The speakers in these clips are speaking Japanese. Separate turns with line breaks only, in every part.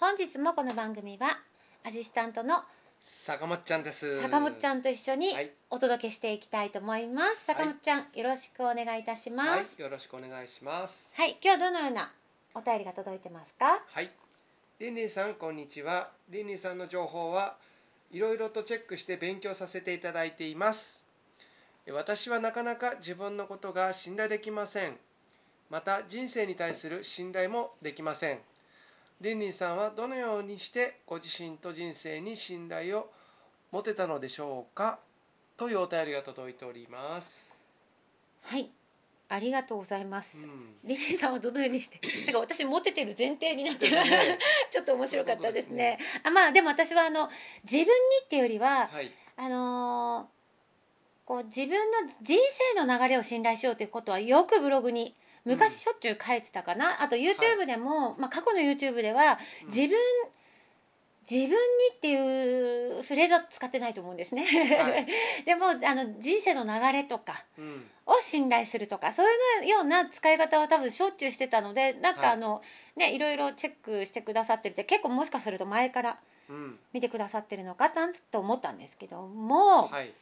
本日もこの番組はアシスタントの
坂本ちゃんです。
坂本ちゃ
ん
んと一緒に
はい
お届けしていきたいと思います。坂本ちゃん、よろしくお願いいたします。
はい、よろしくお願いします。
はい、今日はどのようなお便りが届いてますか
はい。リンリンさんこんにちは。リンリンさんの情報はいろいろとチェックして勉強させていただいています。え私はなかなか自分のことが信頼できません。また人生に対する信頼もできません。リンリンさんはどのようにしてご自身と人生に信頼を持てたのでしょうかというお便りが届いております。
はい、ありがとうございます。
ん。
リリーさんはどのように してなんか私モテてる前提になってるちょっと面白かったですね
そういうこ
あまあでも私はあの自分にっていうよりは、
はい。
あのーこう自分の人生の流れを信頼しようということはよくブログに昔しょっちゅう書いてたかな、あと YouTube でも、まあ、過去の YouTube では
うん
自分、自分にっていうフレーズは使ってないと思うんですね、
は い
でもあの人生の流れとか
うん。
を信頼するとかそういうような使い方は多分しょっちゅうしてたのでなん
は
か
い
あの、ねいろいろチェックしてくださってるって結構もしかすると前から
うん。
見てくださってるのかなと思ったんですけども、
はい。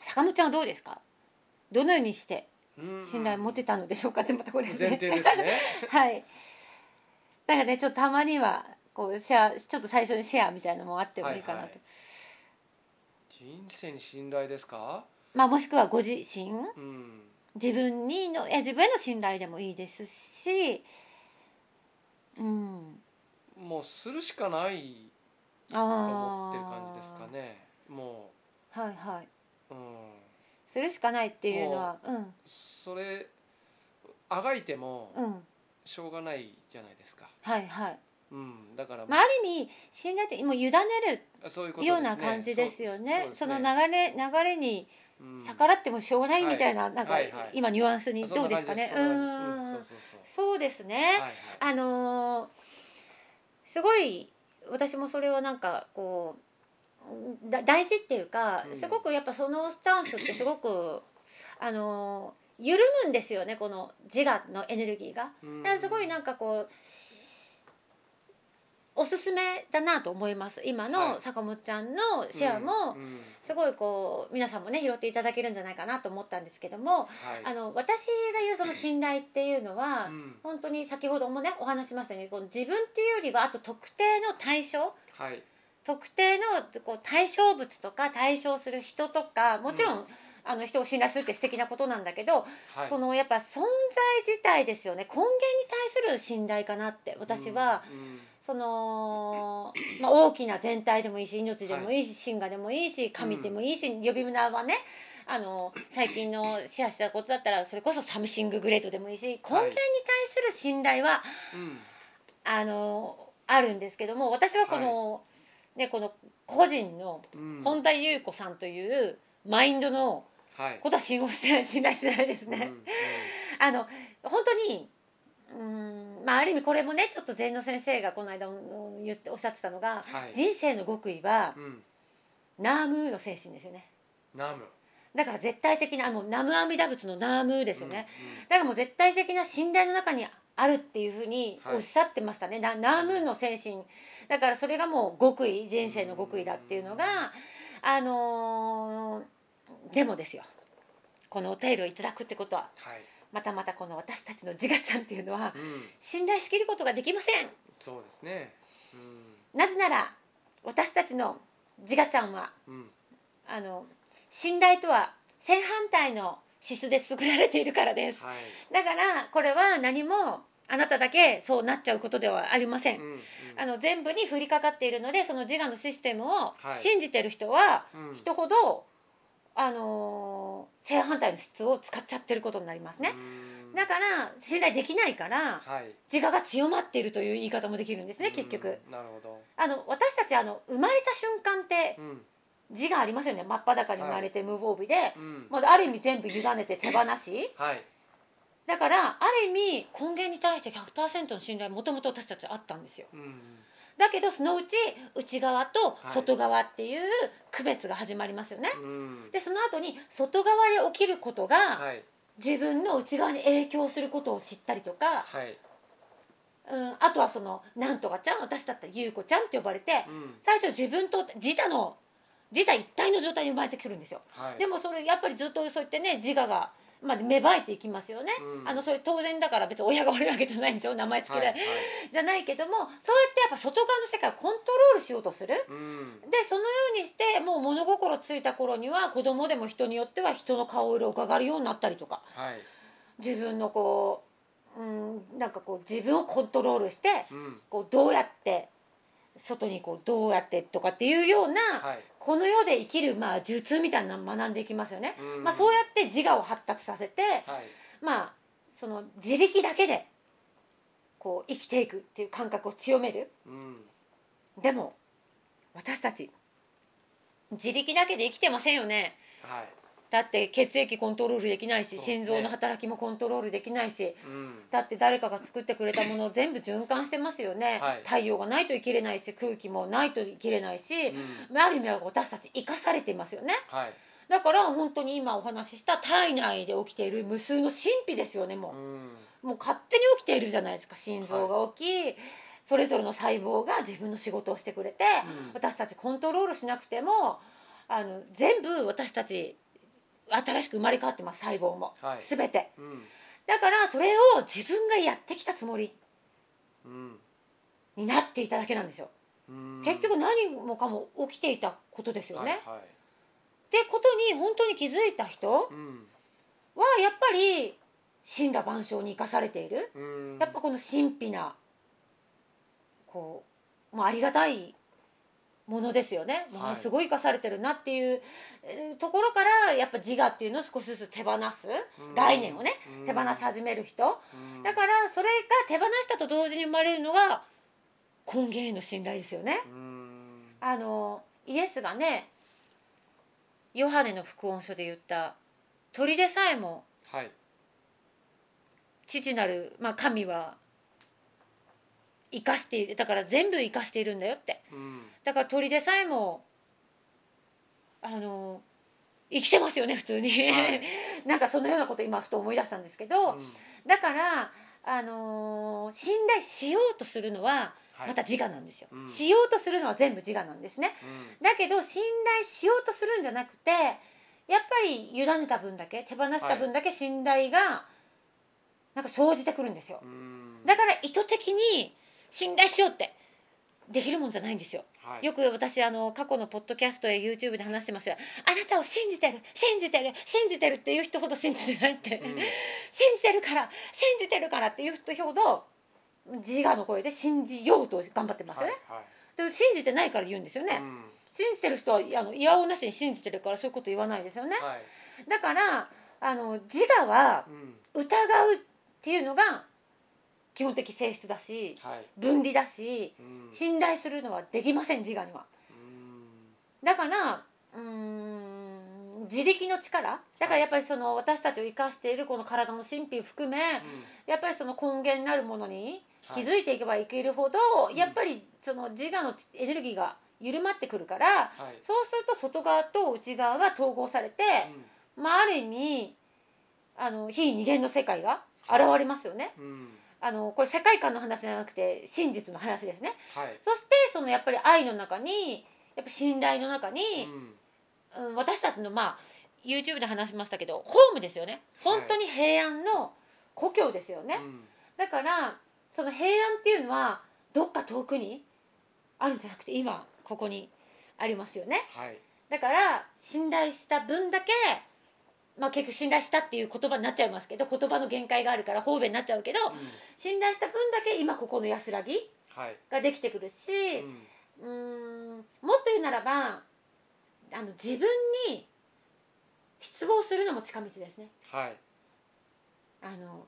坂本ちゃんはどうですかどのようにして信
信
頼持てたのでしょうかってまたこれね
前提ですね
はいなんかねちょっとたまにはこうシェアちょっと最初にシェアみたいなのもあってもいいかなと、
はいはい人生に信頼ですか
まあもしくはご自身
うん
自分にのいや自分への信頼でもいいですしうん
もうするしかない
あ
と
あ
思ってる感じですかねも、
はいはいう
うん、
するしかないっていうのはうん
それあがいても
うん
しょうがないじゃないですか、
はいはい、
うん、だから、
まあ、ある意味信頼ってもう委ね
あ、そういうこ
る
とですね
ような感じですよねその
長
流れ流れに逆
ら
らってもしょうがないみたいな、なんか、
はいはい
今ニュアンスにどうですかね
そうなん感じです
そうです
そ
ね、
んな感じですそ
あのーす
うそうそうそうはい
ごい私もそれはなんかこうだ大事っていうか、
うん
すごくやっぱそのスタンスってすごくあのー緩むんですよねこの自我のエネルギーが。だか
はい
らすごいなんかこうおすすめだなと思います今
は
の
い
坂本ちゃんのシェアも
うんうん
すごいこう皆さんもね拾っていただけるんじゃないかなと思ったんですけども
はい
あの私が言うその信頼っていうのは
うん
本当に先ほどもねお話ししましたようにこの自分っていうよりはあと特定の対象
はい
特定のこう対象物とか対象する人とかもちろん、
う
あの人を信頼するって素敵なことなんだけど、
はい
そのやっぱ存在自体ですよね根源に対する信頼かなって私は、
うんうん
その、まあ、大きな全体でもいいし命でもいいし、神話でもいいし神でもいいし、呼び名はねあの最近のシェアしたことだったらそれこそサムシンググレートでもいいし根源に対する信頼は、
うん
あのあるんですけども私はこの、ね、この個人の
うん
本田裕子さんというマインドの
はい
ことは信用してない信頼してないですね。
うんうん
あの本当にうーん、まあ、ある意味これもねちょっと禅の先生がこの間うん言っておっしゃってたのが、
はい
人生の極意は
うん
ナームーの精神ですよね
ナム
だから絶対的なもうナムアミダ仏のナームーですよね、
うんうん
だからもう絶対的な信頼の中にあるっていうふうにおっしゃってましたね、なナームーンの精神だからそれがもう極意人生の極意だっていうのがあのーでもですよこのお便りをいただくってことは
はい、
またまたこの私たちの自我ちゃんっていうのは
うん、
信頼しきることができません
そうですねう
なぜなら私たちの自我ちゃんは
んうん
あの信頼とは正反対の指数で作られているからです
はい
だからこれは何もあなただけそうなっちゃうことではありません、
うんうん
あの全部に降りかかっているのでその自我のシステムを
はい
信じてる人は
うん
人ほど、あのー正反対の質を使っちゃってることになりますね、
うん
だから信頼できないから
はい
自我が強まっているという言い方もできるんですね結
う
局
んなるほど
あの私たちあの生まれた瞬間って
うん
自我ありますよね真っ裸に生まれて無防備で、
うん
まあ、ある意味全部委ねて手放し
はい
だからある意味根源に対して100%の信頼もともと私たちはあったんですよ
うん
だけどそのうち内側と
はい
外側っていう区別が始まりますよね、
うん
でその後に外側で起きることが
はい
自分の内側に影響することを知ったりとか、
はい
うん、あとはそのなんとかちゃん私だったら優子ちゃんって呼ばれて
うん
最初自分と自他の自他一体の状態に生まれてくるんですよ
はい
でもそれやっぱりずっとそうやってね自我が、まあ、芽生えていきますよね
うん
あのそれ当然だから別に親が悪いわけじゃないんですよ名前つけら
は
れ
い
て、
はい
じゃないけどもそうやってやっぱ外側の世界をコントロールしようとする
うん
でそのようにしてもう物心ついた頃には子供でも人によっては人の顔色を伺うようになったりとか
はい
自分のこう、うん、なんかこう自分をコントロールして
うん
こうどうやって外にこうどうやってとかっていうような、
はい
この世で生きるまあ術みたいなのを学んでいきますよね。
うん
まあ、そうやって自我を発達させて、
はい
まあその自力だけでこう生きていくっていう感覚を強める
うん
でも私たち自力だけで生きてませんよね
はい
だって血液コントロールできないし、
そうですね
心臓の働きもコントロールできないし
うん
だって誰かが作ってくれたものを全部循環してますよね、
はい
太陽がないと生きれないし空気もないと生きれないし、
うん
ある意味は私たち生かされていますよね
はい
だから本当に今お話しした体内で起きている無数の神秘ですよねもう
うん
もう勝手に起きているじゃないですか心臓が起き、それぞれの細胞が自分の仕事をしてくれて、
うん
私たちコントロールしなくてもあの全部私たち新しく生まれ変わってます細胞も、
はい
全て
うん
だからそれを自分がやってきたつもり
うん
になっていただけなんですよ、
うん
結局何もかも起きていたことですよね、っ
はいはい
てことに本当に気づいた人は
うん
やっぱり神羅万象に生かされている
うん
やっぱこの神秘なこう、まあ、ありがたいものですよね、もう
はい
すごい生かされてるなっていうえーところからやっぱ自我っていうのを少しずつ手放す概念をね
うん
手放し始める人
うん
だからそれが手放したと同時に生まれるのが根源への信頼ですよね。
うん
あのイエスがねヨハネの福音書で言った鳥でさえも
はい
父なる、まあ、神は生かしているだから全部生かしているんだよって
うん
だから鳥でさえもあの生きてますよね普通に、
はい
なんかそのようなこと今ふと思い出したんですけど、
うん
だからあのー信頼しようとするのは
はい
また自我なんですよ、
うん
しようとするのは全部自我なんですね
うん
だけど信頼しようとするんじゃなくてやっぱり委ねた分だけ手放した分だけ信頼がなんか生じてくるんですよ、
うん
だから意図的に信頼しようってできるもんじゃないんですよ
はい
よく私あの過去のポッドキャストや YouTube で話してますよあなたを信じてる信じてる信じてるっていう人ほど信じてないって、
うん
信じてるから信じてるからっていう人ほど自我の声で信じようと頑張ってますよね、
はい
で信じてないから言うんですよね、
はいうん
信じてる人はあのいやおうなしに信じてるからそういうこと言わないですよね、
はい
だからあの自我は
うん
疑うっていうのが基本的性質だし
はい
分離だし
うん
信頼するのはできません自我には
うん
だからうーん自力の力だからやっぱりその私たちを生かしているこの体の神秘を含め
うん
やっぱりその根源になるものに
は
気
い
づいていけばいけるほど、
うん
やっぱりその自我のエネルギーが緩まってくるから
はい
そうすると外側と内側が統合されて、まあ、ある意味あの非二元の世界が現れますよね。
うんうん
あのこれ世界観の話じゃなくて真実の話ですね。
はい
そしてそのやっぱり愛の中にやっぱ信頼の中に、
うん
うん私たちのまあ YouTube で話しましたけどホームですよね本当に平安の故郷ですよね、
うん
だからその平安っていうのはどっか遠くにあるんじゃなくて今ここにありますよね
はい
だから信頼した分だけまあ結局信頼したっていう言葉になっちゃいますけど言葉の限界があるから方便になっちゃうけど
うん
信頼した分だけ今ここの安らぎ
はい
ができてくるし、
うん
うーんもっと言うならばあの自分に失望するのも近道ですね
はい
あの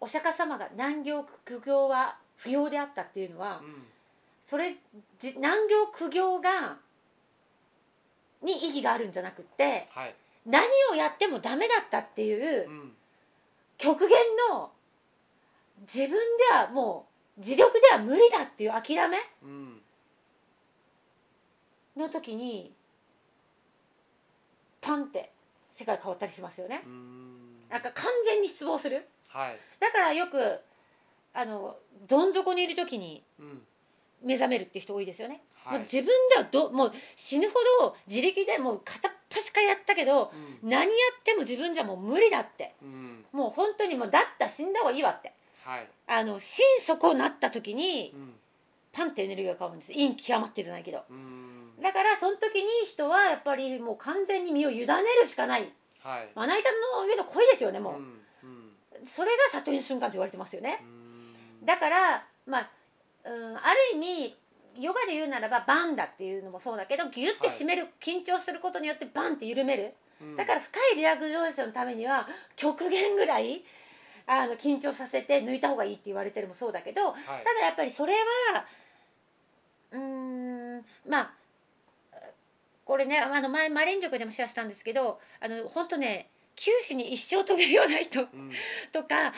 お釈迦様が難行苦行は不要であったっていうのは
うん
それじ難行苦行がに意義があるんじゃなくって
はい
何をやってもダメだったっていう
うん
極限の自分ではもう自力では無理だっていう諦め
うん
の時にパンって世界変わったりしますよね
うん
なんか完全に失望する
はい
だからよくあのどん底にいる時に
うん
目覚めるって人多いですよね、
は
もう
い
自分ではどもう死ぬほど自力でもう片っ端からやったけど
うん
何やっても自分じゃもう無理だって
うん
もう本当にもうだったら死んだ方がいいわって
はい
あの心底なった時に
うん
パンってエネルギーが変わるんです陰極まってじゃないけど
うん
だからその時に人はやっぱりもう完全に身を委ねるしかない
はい
まな板の上の恋ですよねもう、
うんうん
それが悟りの瞬間と言われてますよね
うん
だからまあ、うん、ある意味ヨガで言うならばバンだっていうのもそうだけどギュッて締める、緊張することによってバンって緩める
うん
だから深いリラクゼーションのためには極限ぐらいあの緊張させて抜いた方がいいって言われてるもそうだけど
はい
ただやっぱりそれはうーんまあこれねあの前マレンジョクでもシェアしたんですけどあの本当ね九死に一生遂げるような人
うん
とか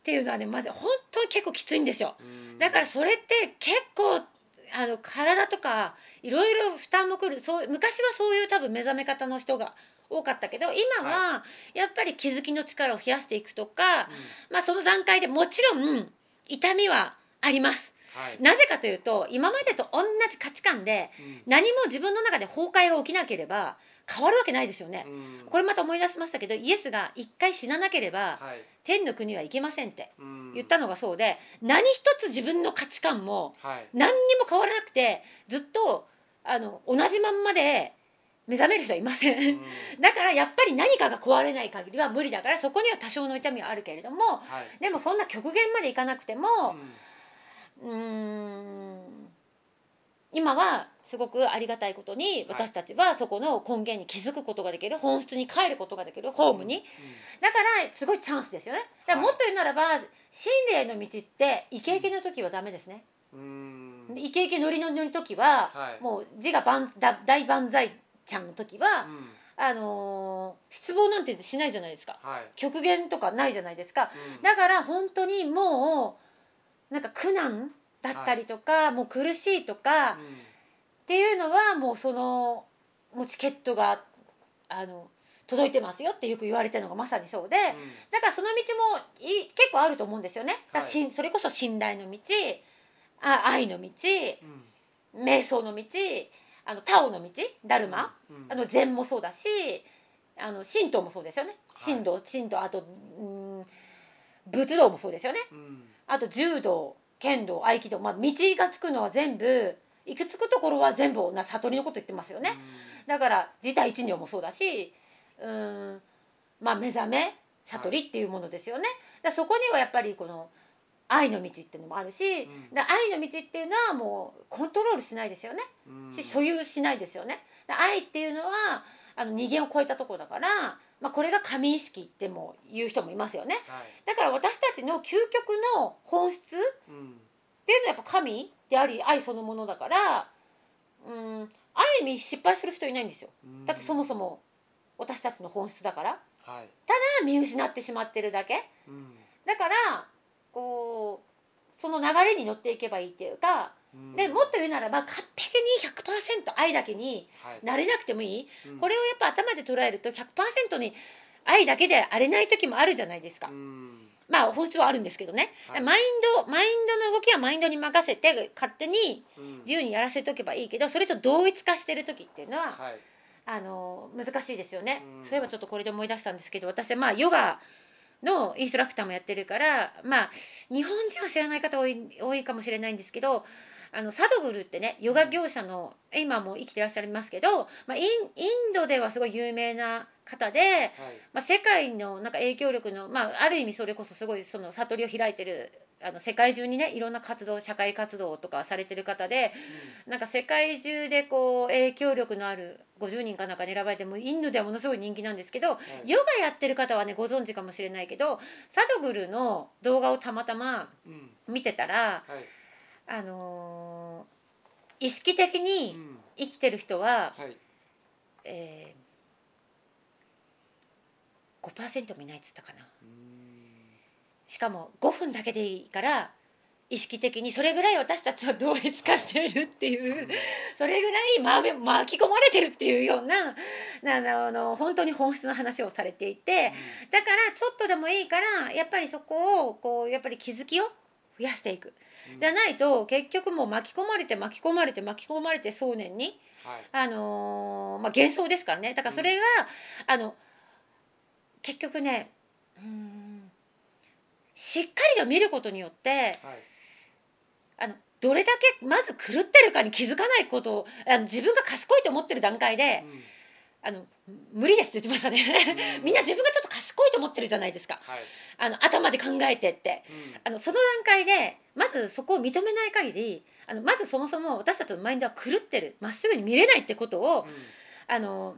っていうのはねまず本当に結構きついんですよ
うん
だからそれって結構あの体とかいろいろ負担もくるそう昔はそういう多分目覚め方の人が多かったけど今はやっぱり気づきの力を増やしていくとか、
うん
まあ、その段階でもちろん痛みはあります
はい
なぜかというと今までと同じ価値観で
うん
何も自分の中で崩壊が起きなければ変わるわけないですよね、
うん
これまた思い出しましたけどイエスが一回死ななければ
はい
天の国は行けませんって
うん
言ったのがそうで何一つ自分の価値観も
はい
何にも変わらなくてずっとあの同じまんまで目覚める人はいませ
うん
んだからやっぱり何かが壊れない限りは無理だからそこには多少の痛みはあるけれども
はい
でもそんな極限までいかなくても、
うん
うーん今はすごくありがたいことに
はい
私たちはそこの根源に気づくことができる本質に帰ることができるホームにだからすごいチャンスですよねだからもっと言うならば心霊の道ってイケイケの時はダメですね
うんうん
イケイケノリノリの時は
はい
もう字が万だ大万歳ちゃんの時は
うん
あのー失望なんてしないじゃないですか
はい
極限とかないじゃないですか
うん
だから本当にもうなんか苦難だったりとか、もう苦しいとか
う
っ
ん
ていうのはもうそのもうチケットがあの届いてますよってよく言われてるのがまさにそうで、
うん
だからその道もい結構あると思うんですよね。だからしん
は
それこそ信頼の道あ愛の道
うん
瞑想の道あのタオの道ダルマ、
うん
あの禅もそうだしあの神道もそうですよね
はい
神道、神道あとうん仏道もそうですよね
うん
あと柔道剣道合気道、まあ、道がつくのは全部行き着くところは全部な悟りのこと言ってますよね、だから自体一如もそうだしうーんまあ目覚め悟りっていうものですよね、だからそこにはやっぱりこの愛の道っていうのもあるし、
ん
だから愛の道っていうのはもうコントロールしないですよね
うん
し所有しないですよね。で愛っていうのはあの二元を超えたところだから、まあ、これが神意識っても言う人もいますよね
はい
だから私たちの究極の本質っていう
うん
のはやっぱ神であり愛そのものだからうんある意味失敗する人いないんですよ
うん
だってそもそも私たちの本質だから
はい
見失ってしまってるだけ
うん
だからこうその流れに乗っていけばいいっていうか、
うん
でもっと言うならば完璧に100%愛だけに
はい
なれなくてもいい、
うん
これをやっぱ頭で捉えると100%に愛だけで荒れない時もあるじゃないですか、
うん
まあ本質はあるんですけどね、
はい
マインドマインドの動きはマインドに任せて勝手に
うん
自由にやらせておけばいいけどそれと同一化してる時っていうのは、
はい
あの難しいですよね、
うん
そういえばちょっとこれで思い出したんですけど私はまあヨガのインストラクターもやってるからまあ日本人は知らない方多い多いかもしれないんですけどあのサドグルってねヨガ業者の今も生きてらっしゃいますけど、まあ、インインドではすごい有名な方で、
はい
まあ、世界のなんか影響力の、まあ、ある意味それこそすごいその悟りを開いてるあの世界中にねいろんな活動社会活動とかされてる方でなんか世界中でこう影響力のある50人かなんかに選ばれてもうインドではものすごい人気なんですけど
はい
ヨガやってる方はねご存知かもしれないけどサドグルの動画をたまたま
うん
見てたら、
はい
あのー意識的
う
に
ん
生きてる人は、
はい
えー、5%もいないっつったかな
うん
しかも5分だけでいいから意識的にそれぐらい私たちは同一化しているっていう。それぐらいまめ巻き込まれてるっていうようななあの本当に本質の話をされていてだからちょっとでもいいからやっぱりそこをこうやっぱり気づきを増やしていくじゃ
な
ないと結局もう巻き込まれて巻き込まれて巻き込まれて想念に、
はい
あのーまあ、幻想ですからねだからそれが、あの結局ねうーんしっかりと見ることによって
はい
あのどれだけまず狂ってるかに気づかないことをあの自分が賢いと思ってる段階で
うん
あの無理ですって言ってましたね
うん
みんな自分がちょっと賢いと思ってるじゃないですか
はい
あの頭で考えてって
うん
あのその段階でまずそこを認めない限りあのまずそもそも私たちのマインドは狂ってるまっすぐに見れないってことを
うん
あの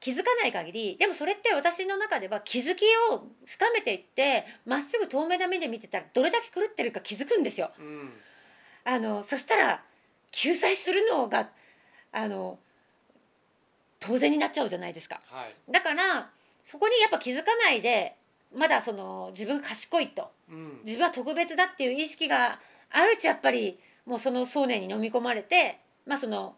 気づかない限りでもそれって私の中では気づきを深めていってまっすぐ透明な目で見てたらどれだけ狂ってるか気づくんですよ。
うん
あのそしたら救済するのがあの当然になっちゃうじゃないですか
はい
だからそこにやっぱ気づかないでまだその自分が賢いと
うん
自分は特別だっていう意識があるうちやっぱりもうその想念に飲み込まれてまあその、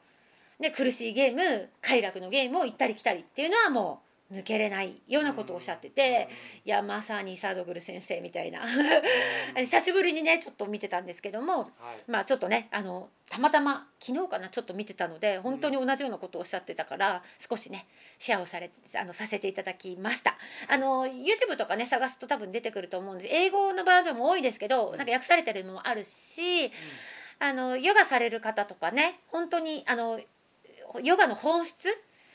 ね、苦しいゲーム快楽のゲームを行ったり来たりっていうのはもう抜けれないようなことをおっしゃってて、いやまさにサドグル先生みたいな
うん
久しぶりにねちょっと見てたんですけども
はい
まあちょっとねあのたまたま昨日かなちょっと見てたので本当に同じようなことをおっしゃってたから、少しねシェアをされあのさせていただきましたあの YouTube とかね探すと多分出てくると思うんです英語のバージョンも多いですけど、
うん
なんか訳されてるのもあるしあのヨガされる方とかね本当にあのヨガの本質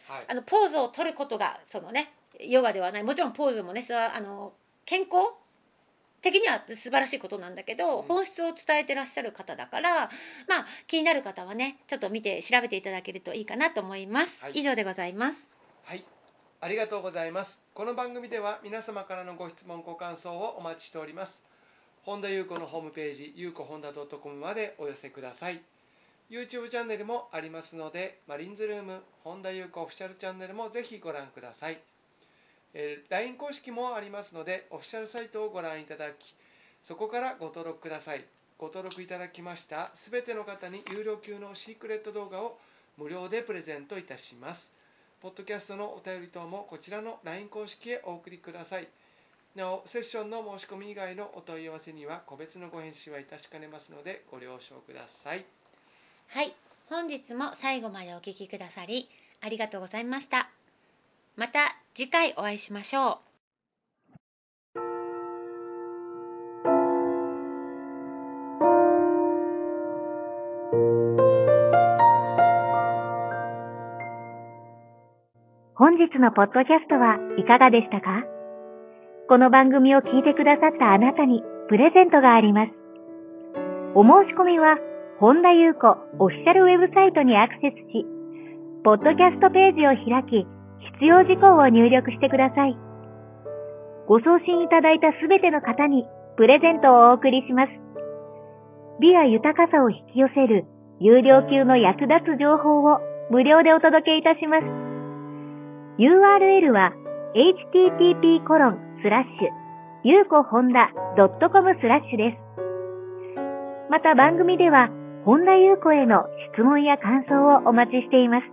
はい
あのポーズを取ることがそのねヨガではないもちろんポーズもねそれはあの健康的には素晴らしいことなんだけど、
うん
本質を伝えてらっしゃる方だからまあ気になる方はねちょっと見て調べていただけるといいかなと思います、
はい
以上でございます
はい、ありがとうございます。この番組では皆様からのご質問、ご感想をお待ちしております。本田裕子のホームページ、ゆうこ本田 .com までお寄せください。YouTube チャンネルもありますので、マリンズルーム、本田裕子オフィシャルチャンネルもぜひご覧ください。えー LINE 公式もありますので、オフィシャルサイトをご覧いただき、そこからご登録ください。ご登録いただきましたすべての方に有料級のシークレット動画を無料でプレゼントいたします。ポッドキャストのお便り等もこちらの LINE 公式へお送りください。なお、セッションの申し込み以外のお問い合わせには個別のご返信はいたしかねますのでご了承ください。
はい本日も最後までお聞きくださりありがとうございましたまた次回お会いしましょう
本日のポッドキャストはいかがでしたかこの番組を聞いてくださったあなたにプレゼントがあります。お申し込みは、本田裕子オフィシャルウェブサイトにアクセスし、ポッドキャストページを開き、必要事項を入力してください。ご送信いただいたすべての方にプレゼントをお送りします。美や豊かさを引き寄せる有料級の役立つ情報を無料でお届けいたします。URL は http コロンスラッシュ、ゆうこほんだ .com スラッシュです。また番組では、本田裕子への質問や感想をお待ちしています。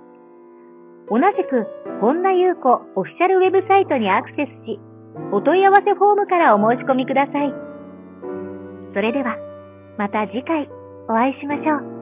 同じく、本田裕子オフィシャルウェブサイトにアクセスし、お問い合わせフォームからお申し込みください。それでは、また次回お会いしましょう。